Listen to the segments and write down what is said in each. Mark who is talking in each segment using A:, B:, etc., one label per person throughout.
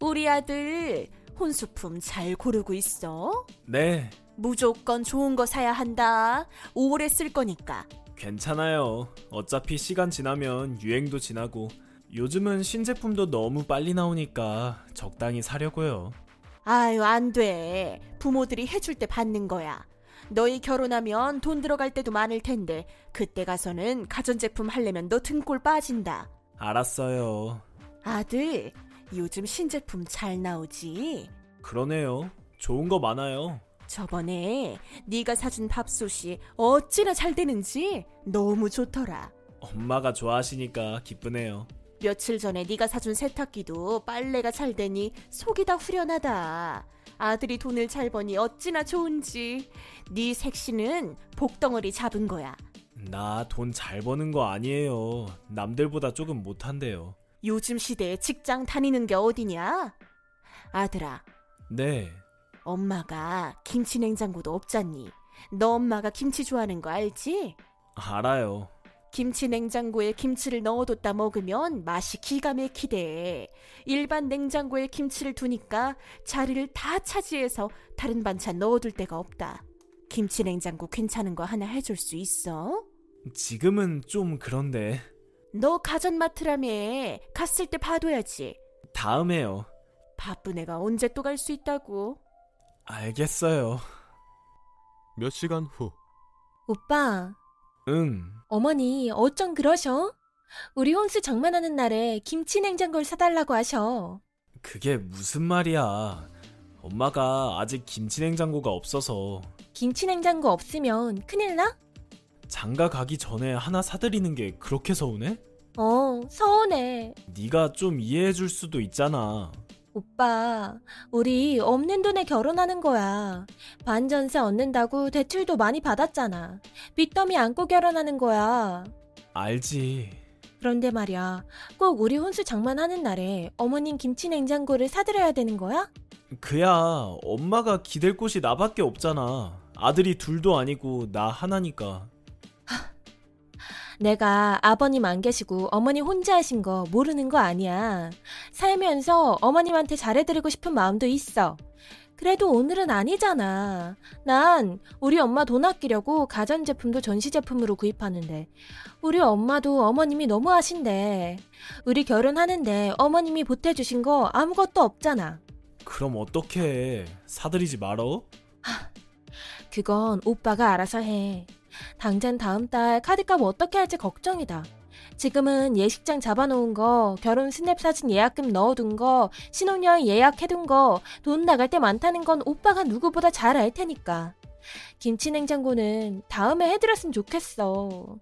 A: 우리 아들 혼수품 잘 고르고 있어.
B: 네,
A: 무조건 좋은 거 사야 한다. 오래 쓸 거니까.
B: 괜찮아요. 어차피 시간 지나면 유행도 지나고 요즘은 신제품도 너무 빨리 나오니까 적당히 사려고요.
A: 아유, 안 돼. 부모들이 해줄 때 받는 거야. 너희 결혼하면 돈 들어갈 때도 많을 텐데, 그때 가서는 가전제품 하려면 너 등골 빠진다.
B: 알았어요.
A: 아들, 요즘 신제품 잘 나오지?
B: 그러네요. 좋은 거 많아요.
A: 저번에 네가 사준 밥솥이 어찌나 잘 되는지 너무 좋더라.
B: 엄마가 좋아하시니까 기쁘네요.
A: 며칠 전에 네가 사준 세탁기도 빨래가 잘 되니 속이 다 후련하다. 아들이 돈을 잘 버니 어찌나 좋은지. 네 색시는 복덩어리 잡은 거야.
B: 나 돈 잘 버는 거 아니에요. 남들보다 조금 못한대요.
A: 요즘 시대에 직장 다니는 게 어디냐? 아들아,
B: 네,
A: 엄마가 김치 냉장고도 없잖니. 너 엄마가 김치 좋아하는 거 알지?
B: 알아요.
A: 김치 냉장고에 김치를 넣어뒀다 먹으면 맛이 기가 막히대. 일반 냉장고에 김치를 두니까 자리를 다 차지해서 다른 반찬 넣어둘 데가 없다. 김치 냉장고 괜찮은 거 하나 해줄 수 있어?
B: 지금은 좀 그런데
A: 너 가전마트라며 갔을 때 봐둬야지.
B: 다음에요.
A: 바쁜 애가 언제 또 갈 수 있다고.
B: 알겠어요.
C: 몇 시간 후
D: 오빠,
B: 응.
D: 어머니 어쩜 그러셔? 우리 혼수 장만하는 날에 김치 냉장고를 사달라고 하셔.
B: 그게 무슨 말이야. 엄마가 아직 김치냉장고가 없어서
D: 김치 냉장고 없으면 큰일 나?
B: 장가 가기 전에 하나 사드리는 게 그렇게 서운해?
D: 어, 서운해.
B: 네가 좀 이해해 줄 수도 있잖아.
D: 오빠, 우리 없는 돈에 결혼하는 거야. 반전세 얻는다고 대출도 많이 받았잖아. 빚더미 안고 결혼하는 거야.
B: 알지.
D: 그런데 말이야, 꼭 우리 혼수 장만하는 날에 어머님 김치 냉장고를 사드려야 되는 거야?
B: 그야 엄마가 기댈 곳이 나밖에 없잖아. 아들이 둘도 아니고 나 하나니까.
D: 내가 아버님 안 계시고 어머니 혼자 하신 거 모르는 거 아니야. 살면서 어머님한테 잘해드리고 싶은 마음도 있어. 그래도 오늘은 아니잖아. 난 우리 엄마 돈 아끼려고 가전제품도 전시제품으로 구입하는데, 우리 엄마도 어머님이 너무 하신대. 우리 결혼하는데 어머님이 보태주신 거 아무것도 없잖아.
B: 그럼 어떡해. 사드리지 말어?
D: 그건 오빠가 알아서 해. 당장 다음 달 카드값 어떻게 할지 걱정이다. 지금은 예식장 잡아놓은 거, 결혼 스냅 사진 예약금 넣어둔 거, 신혼여행 예약해둔 거, 돈 나갈 때 많다는 건 오빠가 누구보다 잘 알 테니까. 김치냉장고는 다음에 해드렸으면 좋겠어.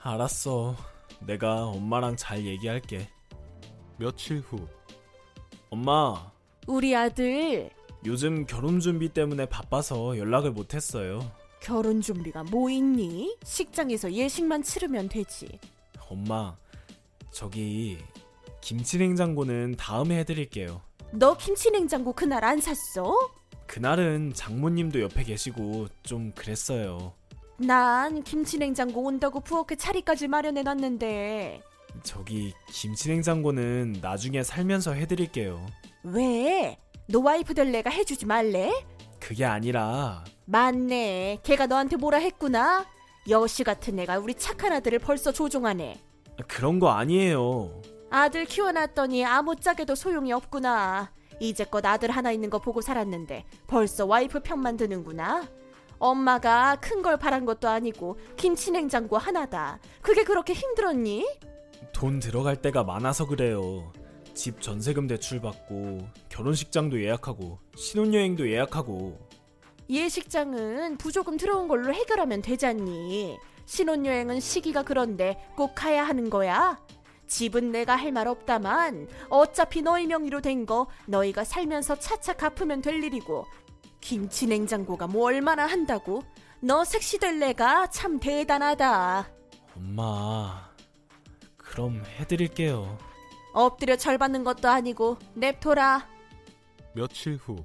B: 알았어. 내가 엄마랑 잘 얘기할게.
C: 며칠 후
B: 엄마,
A: 우리 아들
B: 요즘 결혼 준비 때문에 바빠서 연락을 못 했어요.
A: 결혼 준비가 뭐 있니? 식장에서 예식만 치르면 되지.
B: 엄마, 저기 김치 냉장고는 다음에 해드릴게요.
A: 너 김치 냉장고 그날 안 샀어?
B: 그날은 장모님도 옆에 계시고 좀 그랬어요.
A: 난 김치 냉장고 온다고 부엌에 자리까지 마련해 놨는데
B: 저기 김치 냉장고는 나중에 살면서 해드릴게요.
A: 왜? 너 와이프 될 내가 해주지 말래?
B: 그게 아니라
A: 맞네. 걔가 너한테 뭐라 했구나. 여시 같은 애가 우리 착한 아들을 벌써 조종하네.
B: 그런 거 아니에요.
A: 아들 키워놨더니 아무짝에도 소용이 없구나. 이제껏 아들 하나 있는 거 보고 살았는데 벌써 와이프 편만 드는구나. 엄마가 큰 걸 바란 것도 아니고 김치 냉장고 하나다. 그게 그렇게 힘들었니?
B: 돈 들어갈 때가 많아서 그래요. 집 전세금 대출 받고 결혼식장도 예약하고 신혼여행도 예약하고
A: 예식장은 부조금 들어온 걸로 해결하면 되잖니. 신혼여행은 시기가 그런데 꼭 가야 하는 거야. 집은 내가 할 말 없다만 어차피 너희 명의로 된 거 너희가 살면서 차차 갚으면 될 일이고 김치 냉장고가 뭐 얼마나 한다고 너 색시될 내가 참 대단하다.
B: 엄마 그럼 해드릴게요.
A: 엎드려 절 받는 것도 아니고 냅둬라.
C: 며칠 후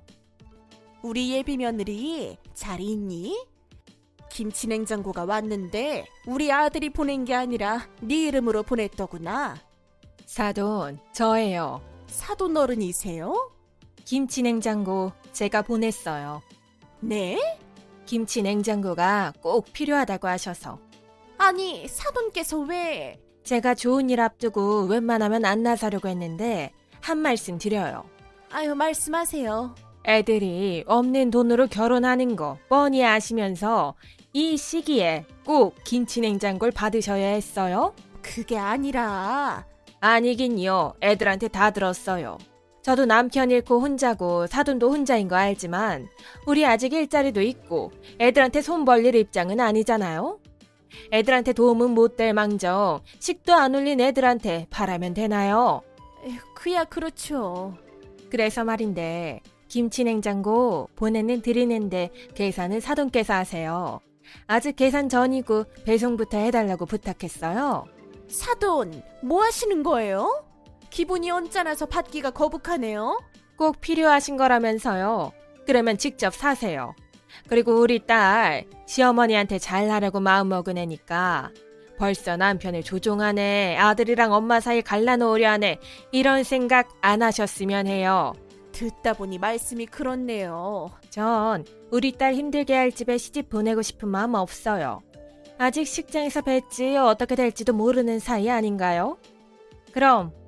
A: 우리 예비 며느리 잘 있니? 김치 냉장고가 왔는데 우리 아들이 보낸 게 아니라 네 이름으로 보냈더구나.
D: 사돈, 저예요.
A: 사돈 어른이세요?
D: 김치 냉장고 제가 보냈어요.
A: 네?
D: 김치 냉장고가 꼭 필요하다고 하셔서.
A: 아니, 사돈께서 왜?
D: 제가 좋은 일 앞두고 웬만하면 안 나서려고 했는데 한 말씀 드려요.
A: 아유, 말씀하세요.
D: 애들이 없는 돈으로 결혼하는 거 뻔히 아시면서 이 시기에 꼭 김치 냉장고를 받으셔야 했어요?
A: 그게 아니라,
D: 아니긴요. 애들한테 다 들었어요. 저도 남편 잃고 혼자고 사돈도 혼자인 거 알지만 우리 아직 일자리도 있고 애들한테 손 벌릴 입장은 아니잖아요. 애들한테 도움은 못 될 망정 식도 안 올린 애들한테 바라면 되나요?
A: 에휴, 그야 그렇죠.
D: 그래서 말인데 김치 냉장고 보내는 드리는데 계산은 사돈께서 하세요. 아직 계산 전이고 배송부터 해달라고 부탁했어요.
A: 사돈, 뭐 하시는 거예요? 기분이 언짢아서 받기가 거북하네요.
D: 꼭 필요하신 거라면서요. 그러면 직접 사세요. 그리고 우리 딸 시어머니한테 잘하라고 마음먹은 애니까 벌써 남편을 조종하네 아들이랑 엄마 사이 갈라놓으려 하네 이런 생각 안 하셨으면 해요.
A: 듣다 보니 말씀이 그렇네요.
D: 전 우리 딸 힘들게 할 집에 시집 보내고 싶은 마음 없어요. 아직 식장에서 뵐지 어떻게 될지도 모르는 사이 아닌가요? 그럼